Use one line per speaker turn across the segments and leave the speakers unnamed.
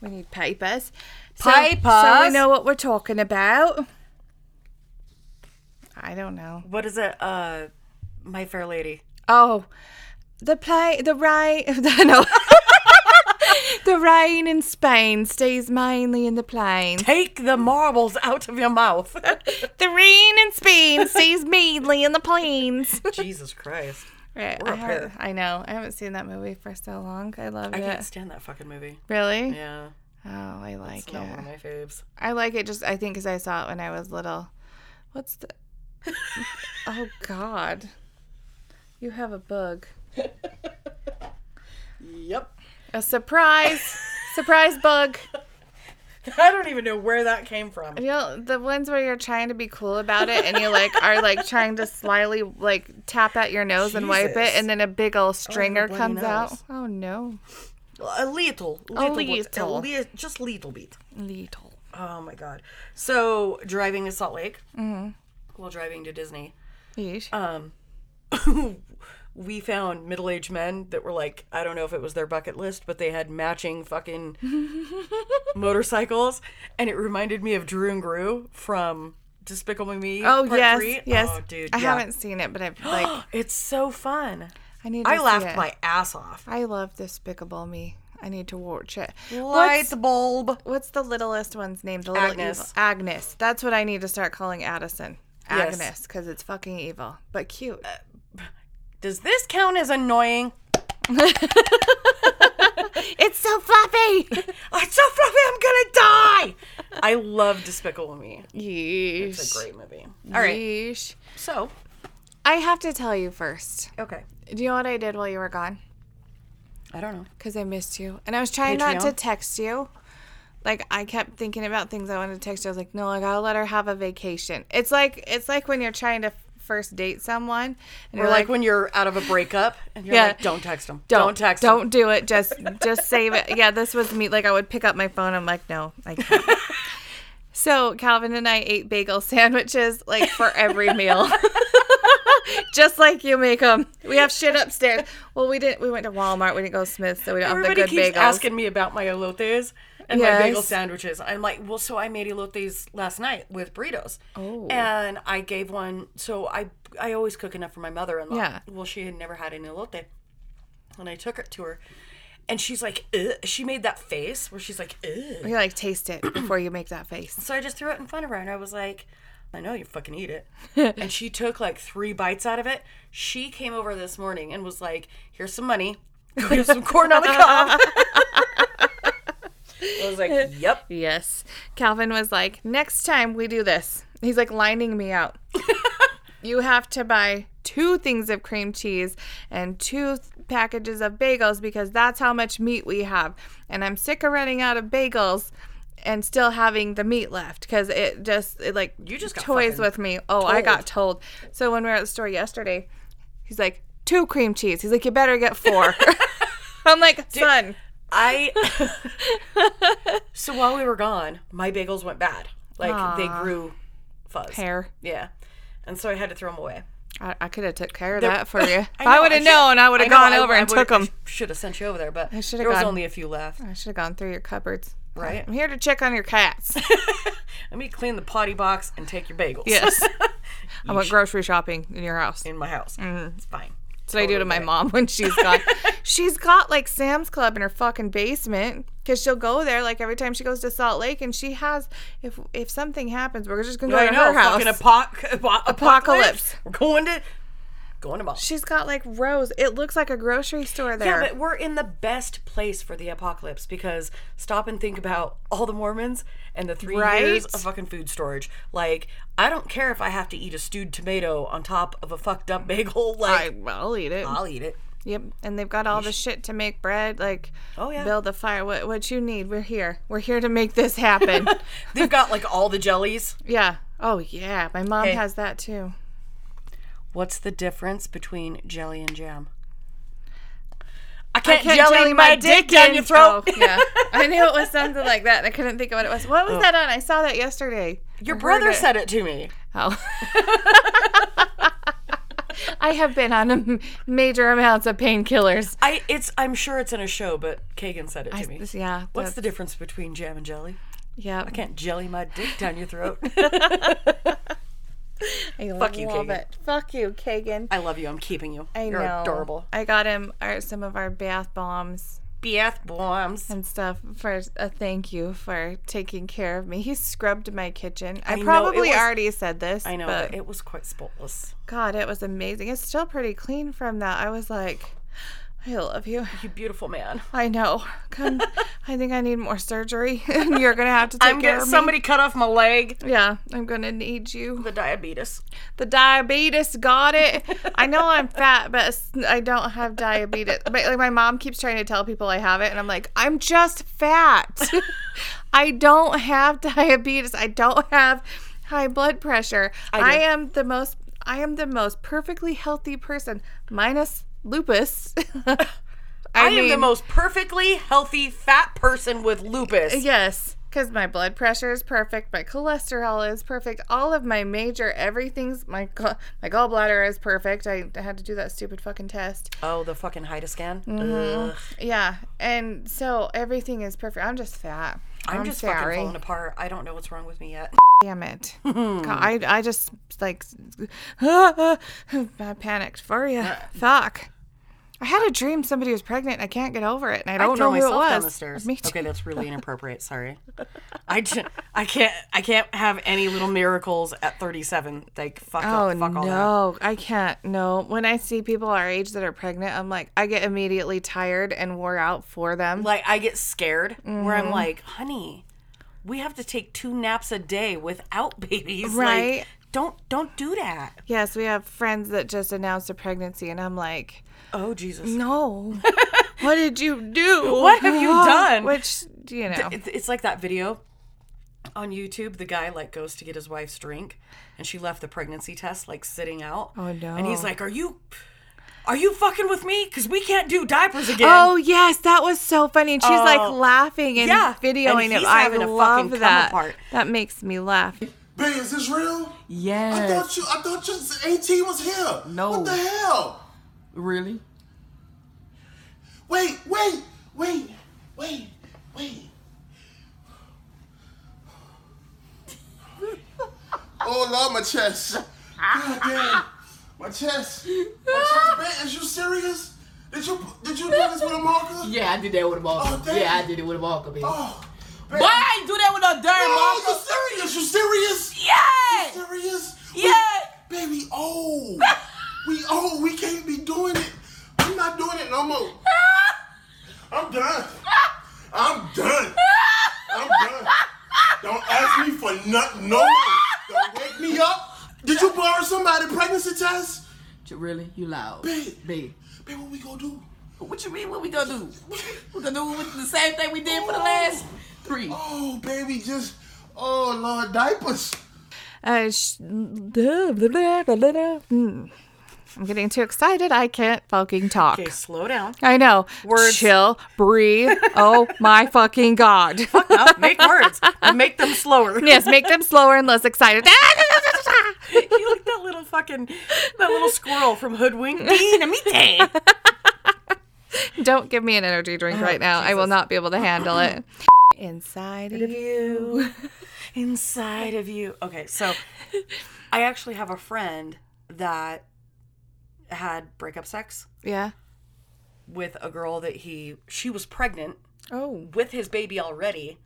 We need papers. So, so we
Papers?
know what we're talking about. I don't know.
What is it? Uh, My Fair Lady.
Oh, the play, the rain. No. the rain in Spain stays mainly in the plains.
Take the marbles out of your mouth.
The rain in Spain stays mainly in the plains.
Jesus Christ.
Right,
We're
I,
up
have-
here.
I know. I haven't seen that movie for so long. I love
I
it.
can't stand that fucking movie.
Really?
Yeah.
Oh, I like
It's
it.
not one of my faves.
I like it just, I think, because I saw it when I was little. What's the. oh, God. You have a bug.
Yep.
A surprise! surprise bug!
I don't even know where that came from.
You know, the ones where you're trying to be cool about it and you like are like trying to slyly like tap at your nose and wipe it
Jesus.
and then a big old stringer
bloody
comes out.
nose.
Oh no.
A little. little bit-
little.
A li- just little bit.
Little.
Oh my god. So driving to Salt Lake. While driving to Disney,
Yeesh.
um, we found middle-aged men that were like, I don't know if it was their bucket list, but they had matching fucking motorcycles, and it reminded me of Drew and Grew from Despicable Me.
oh
Part
yes.
Three.
Yes.
Oh, dude,
I
yeah.
haven't seen it, but I've like
It's so fun.
I need to
I
see
laughed
it.
my ass off.
I love Despicable Me. I need to watch it.
Light
What's,
bulb.
what's the littlest one's name? The little
Agnes.
evil- Agnes. That's what I need to start calling Addison.
Yes. Uh,
Agnes, because it's fucking evil, but cute.
Does this count as annoying?
it's so fluffy.
I'm so fluffy, I'm gonna die! I love Despicable Me.
Yeesh.
It's a great movie. All right,
Yeesh.
so.
I have to tell you first.
Okay.
Do you know what I did while you were gone?
I don't know.
Because I missed you. And I was trying not to
Patreon?
text you. Like I kept thinking about things I wanted to text you. I was like, no, I gotta let her have a vacation. It's like it's like when you're trying to first date someone and
Or
you're
like,
like,
when you're out of a breakup and you're
Yeah.
like, don't text him.
don't,
Don't, text
Don't
him.
do it. Just just save it. Yeah, this was me. Like I would pick up my phone. I'm like, no, I can't. so Calvin and I ate bagel sandwiches like for every meal. Just like you make them. We have shit upstairs. Well, we didn't. We went to Walmart. We didn't go to Smith's, so we don't
Everybody
have the
keeps
good bagels.
asking me about my elotes and my bagel
Yes.
sandwiches. I'm like, well, so I made elotes last night with burritos.
Oh.
And I gave one. So I I always cook enough for my mother-in-law.
Yeah.
Well, she had never had an elote, and I took it to her, and she's like, Ugh. she made that face where she's like, Ugh.
You're like, taste it before you make that face.
So I just threw it in front of her and I was like, I know you fucking eat it. and she took like three bites out of it. She came over this morning and was like, here's some money. Here's some corn on the cob. I was like, yep.
Yes. Calvin was like, next time we do this, he's like lining me out. you have to buy two things of cream cheese and two th- packages of bagels because that's how much meat we have. And I'm sick of running out of bagels and still having the meat left because it just it like
You just got
toys
fucking
with me. Oh, I got told. So when we were at the store yesterday, he's like, two cream cheese. He's like, you better get four. I'm like, son.
I. so while we were gone, my bagels went bad. Like they grew fuzz.
Hair.
Yeah. And so I had to throw them away.
I, I could have took care of that for you. if
know,
I, would have
should-
known, I would have
know,
gone
I-
over
I
and
would've-
took them.
I should have sent you over there, but
should've
there was
gone.
only a few left.
I should have gone through your cupboards.
Right.
I'm here to check on your cats.
Let me clean the potty box and take your bagels.
Yes. I went grocery shopping in your house.
in my house.
Mm-hmm.
It's fine.
That's what I do to my mom when she's gone. she's got like Sam's Club in her fucking basement because she'll go there like every time she goes to Salt Lake, and she has if if something happens, we're just gonna go
I
to her
know.
house.
Fucking apoc- apo- apocalypse.
Apocalypse.
We're going to going to mall.
she's got like rows. It looks like a grocery store
Yeah,
there.
but we're in the best place for the apocalypse because stop and think about all the Mormons and the three
Right?
years of fucking food storage. Like, I don't care if I have to eat a stewed tomato on top of a fucked up bagel. Like,
I, I'll eat it.
I, will eat it.
Yep, and they've got all the shit to make bread, like
Oh, yeah.
build a fire. What what you need? We're here. We're here to make this happen.
They've got like all the jellies.
yeah. Oh yeah, my mom
Hey.
has that too.
What's the difference between jelly and jam? I can't,
Can't
jelly,
jelly
my, dick, down
in-
your throat.
Oh, yeah, I knew it was something like that, and I couldn't think of what it was. What
Oh.
was that on? I saw that yesterday.
Your
I heard
brother
it.
said it to me.
Oh. I have been on um, major amounts of painkillers.
I it's I'm sure it's in a show, but Kagan said it to me.
Yeah.
What's the difference between jam and jelly?
Yeah.
I can't jelly my dick down your throat.
I
Fuck you,
love
Kagan.
it. Fuck you, Kagan.
I love you. I'm keeping you.
I
You're
know.
adorable.
I got him our, some of our bath bombs
Bath bombs.
and stuff for a thank you for taking care of me. He scrubbed my kitchen. I,
know, it
probably
was-
already said this.
I know
But
it was quite spotless.
God, it was amazing. It's still pretty clean from that. I was like, I love you.
You beautiful man.
I know. Come, I think I need more surgery. and you're gonna have to take
I'm
care
getting
of me.
somebody cut off my leg.
Yeah, I'm gonna need you.
The diabetes.
The diabetes got it. I know I'm fat, but it's- I don't have diabetes. But like my mom keeps trying to tell people I have it, and I'm like, I'm just fat. I don't have diabetes. I don't have high blood pressure.
do.
I, am the most. I am the most perfectly healthy person, minus lupus. I,
I, am the
mean,
most perfectly healthy fat person with lupus.
Yes, because my blood pressure is perfect, my cholesterol is perfect, all of my major everything's my gall- my gallbladder is perfect. I, I had to do that stupid fucking test.
Oh, the fucking hide scan.
Mm-hmm. Yeah, and so everything is perfect. I'm just fat.
I'm, just
sorry.
fucking falling apart. I don't know what's wrong with me yet.
Damn it! God, I I just like I panicked for you. Fuck. I had a dream somebody was pregnant. and I can't get over it, and I don't know Oh,
throw
who it
myself
was.
down the stairs.
Me too.
Okay, that's really inappropriate. Sorry. I, ju- I can't I can't have any little miracles at 37. Like fuck
Oh
up, fuck all that.
no, I can't. No, when I see people our age that are pregnant, I'm like, I get immediately tired and wore out for them.
Like I get scared where
Mm-hmm.
I'm like, "Honey, we have to take two naps a day without babies." Like,
Right.
don't don't do that.
yes, we have friends that just announced a pregnancy, and I'm like,
Oh Jesus.
no, what did you do?
What have you done?
Which you know,
It's, it's like that video on YouTube. The guy like goes to get his wife's drink, and she left the pregnancy test like sitting out.
Oh, no.
And he's like, "Are you, are you fucking with me? Because we can't do diapers again."
oh yes, that was so funny. And she's like
Oh.
laughing and
Yeah, and
videoing it.
he's
I
having a fucking
love
come
that.
apart.
That makes me laugh.
Babe, is this real? I
Yes.
thought you I thought you AT was here.
No.
What the hell?
really?
Wait, wait, wait, wait, wait. oh Lord, my chest. God damn. My chest. My chest. Babe, is you serious? Did you did you do this with a marker?
Yeah, I did that with a marker.
Oh, damn.
yeah, I did it with a marker, baby.
Oh, babe.
Boy, I ain't do that with no darn
Oh,
marker.
you serious? You serious?
Yeah.
Serious? We-
Yeah.
Baby, oh. we oh, we can't be doing it. I'm not doing it no more. Ah! I'm done. I'm done. I'm done. Don't ask me for nothing no more. Don't wake me up. Did you borrow somebody pregnancy test?
Really? You loud.
Babe.
Babe.
Babe, what we gonna do?
What you mean? What we gonna do? We gonna do with the same thing we did for the last three.
Oh, baby, just oh Lord, diapers.
Uh, sh- Hmm. I'm getting too excited. I can't fucking talk.
Okay, slow down.
I know.
Words.
Chill, breathe. Oh my fucking god.
Up, Oh, make words, but make them slower.
yes, make them slower and less excited.
you look that little fucking that little squirrel from Hoodwink. Dean, me day.
Don't give me an energy drink right now. I will not be able to handle it. Inside of you.
you inside of you okay so i actually have a friend that had breakup sex
Yeah.
with a girl that he she was pregnant
Oh.
with his baby already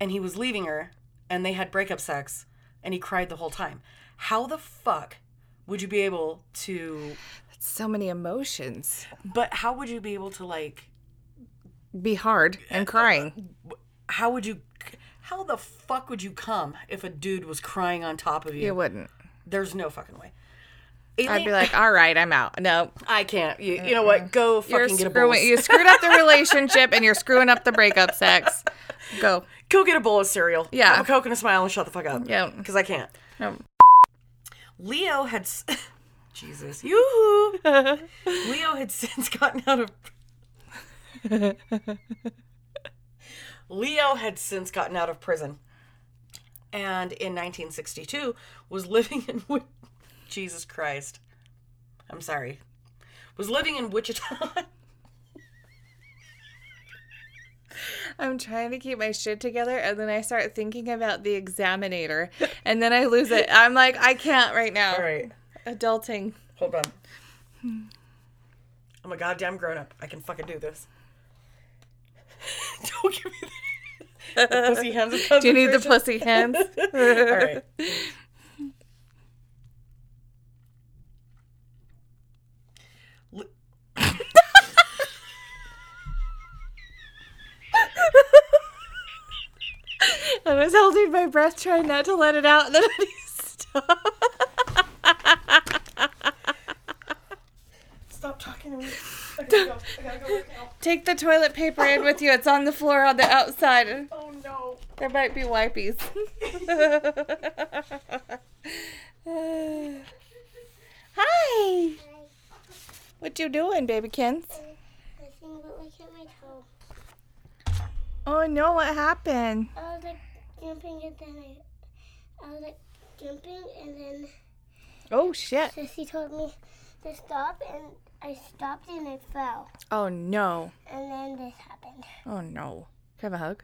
and he was leaving her and they had breakup sex and he cried the whole time how the fuck would you be able to
So many emotions.
but how would you be able to like
Be hard and crying.
how would you how the fuck would you come if a dude was crying on top of you
You wouldn't.
There's no fucking way.
I'd
Alien-
be like, all right, I'm out. No.
I can't. You, you know what? Go
You're
fucking get a bowl.
screwing, you screwed up the relationship and you're screwing up the breakup sex. Go.
Go get a bowl of cereal.
Yeah.
Have a coke and a smile and shut the fuck up.
Yeah.
Because I can't.
No.
Leo had. S- Jesus. yoo Leo had since gotten out of. Leo had since gotten out of prison, and in 1962 was living in. Wi- Jesus Christ. I'm sorry, was living in Wichita.
I'm trying to keep my shit together, and then I start thinking about the examinator, and then I lose it. I'm like, I can't right now.
All right,
Adulting.
hold on.
Hmm.
I'm a goddamn grown up. I can fucking do this. Don't give me that. The pussy hands. of
Do you need the
concentration.
pussy hands?
All right. Li-
I was holding my breath, trying not to let it out, and then I stop.
Stop talking to me. I gotta go. I gotta go right now.
Take the toilet paper in with you. It's on the floor on the outside.
Oh no.
There might be wipies. Hi. What you doing, babykins?
I think but look at my toe.
Oh no, what happened?
I was like jumping and then I, I was like jumping and then
Oh shit.
Sissy told me to stop and I stopped and I fell.
Oh no.
And then this happened.
Oh no. Can I have a hug?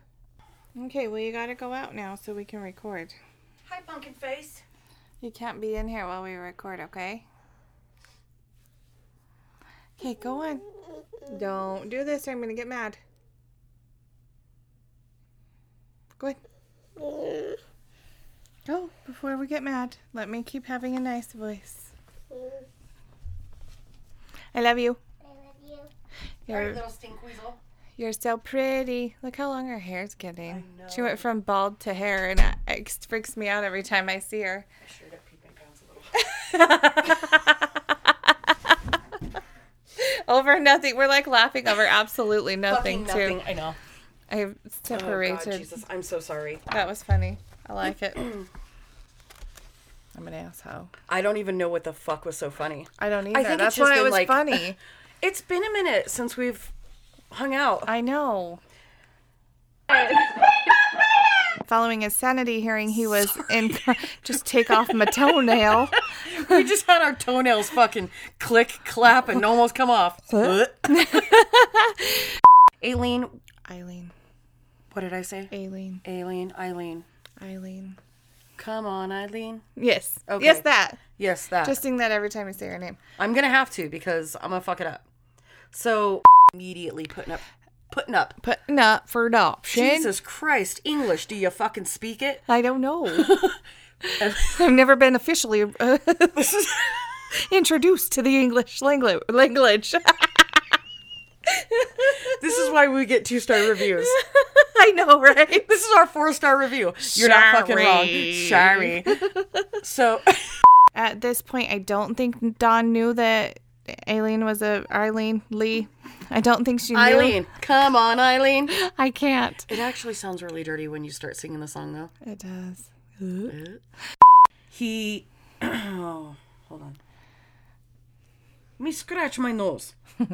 Okay, well you gotta go out now so we can record.
Hi, pumpkin face.
You can't be in here while we record, okay? Okay, go on. Don't do this or I'm gonna get mad. Go ahead. Go before we get mad. Let me keep having a nice voice. I love you.
I love you.
All
You're,
right, little stink weasel.
you're so pretty. Look how long her hair's getting. She went from bald to hair, and it- it freaks me out every time I see her.
I sure got peed my pants a little.
over nothing. We're like laughing over absolutely nothing,
Fucking nothing.
too.
I know.
I've
Oh,
separated.
God, Jesus. I'm so sorry.
That was funny. I like it. I'm an asshole.
I don't even know what the fuck was so funny.
I don't either.
think it's
That's
just
why it
been
was
like-
funny.
It's been a minute since we've hung out.
I know. Following his sanity hearing, he was in. Just take off my toenail.
We just had our toenails fucking click, clap, and almost come off. Aileen,
Eileen,
what did I say?
Aileen,
Aileen, Eileen.
Eileen.
Come on, Eileen.
Yes.
Okay.
Yes, that.
Yes, that.
Just sing that every time you say her name.
I'm gonna have to because I'm gonna fuck it up. So immediately putting up, putting up.
Putting up for adoption.
Jesus Christ, English? Do you fucking speak it?
I don't know. I've never been officially uh, introduced to the English language. language.
This is why we get two star reviews.
I know, right?
This is our four star review. You're not fucking wrong. Sorry.
Sorry.
So
At this point, I don't think Don knew that Aileen was a Eileen Lee. I don't think she knew.
Eileen, come on, Eileen.
I can't.
It actually sounds really dirty when you start singing the song, though.
It does.
He. Oh, hold on. Let me scratch my nose.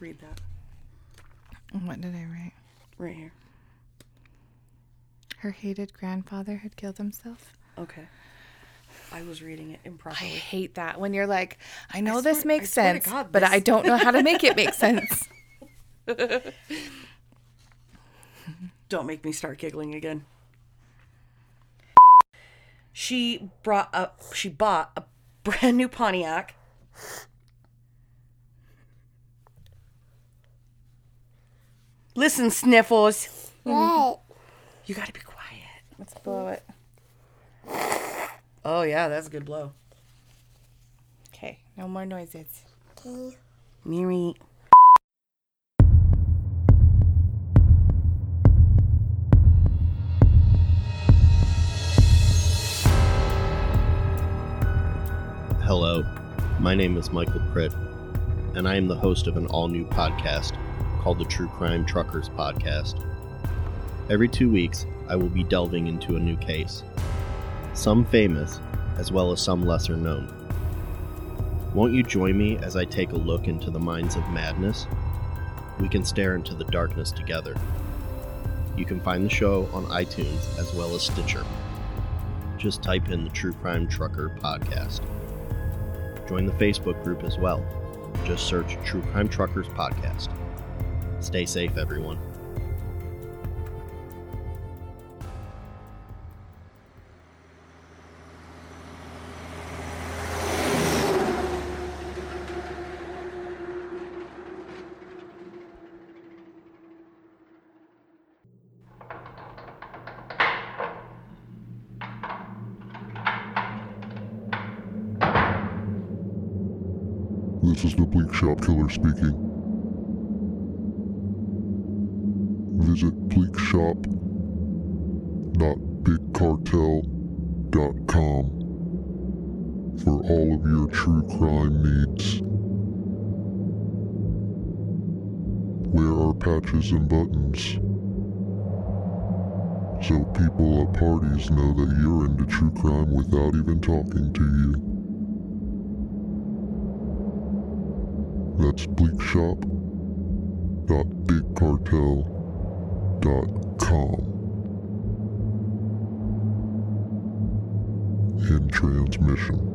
Read that
What did I write?
right here.
Her hated grandfather had killed himself.
Okay. I was reading it
I
improperly.
hate that when you're like, I know
swear-
this makes
I swear to
sense,
God,
but
this-
I don't know how to make it make sense.
Don't make me start giggling again. She brought up. She bought a brand new Pontiac. Listen, sniffles.
What?
You gotta be quiet.
Let's blow it.
Oh yeah, that's a good blow.
Okay, no more noises.
Miri.
Hello, my name is Michael Pritt, and I am the host of an all new podcast called the True Crime Truckers Podcast. Every two weeks, I will be delving into a new case, some famous as well as some lesser known. Won't you join me as I take a look into the minds of madness? We can stare into the darkness together. You can find the show on iTunes as well as Stitcher. just type in the True Crime Trucker podcast. Join the Facebook group as well. Just search True Crime Truckers Podcast. Stay safe, everyone.
This is the Blink Shop Killer speaking. Visit bleakshop.bigcartel.com for all of your true crime needs. Where are patches and buttons? So people at parties know that you're into true crime without even talking to you. That's bleakshop.bigcartel.com. In transmission.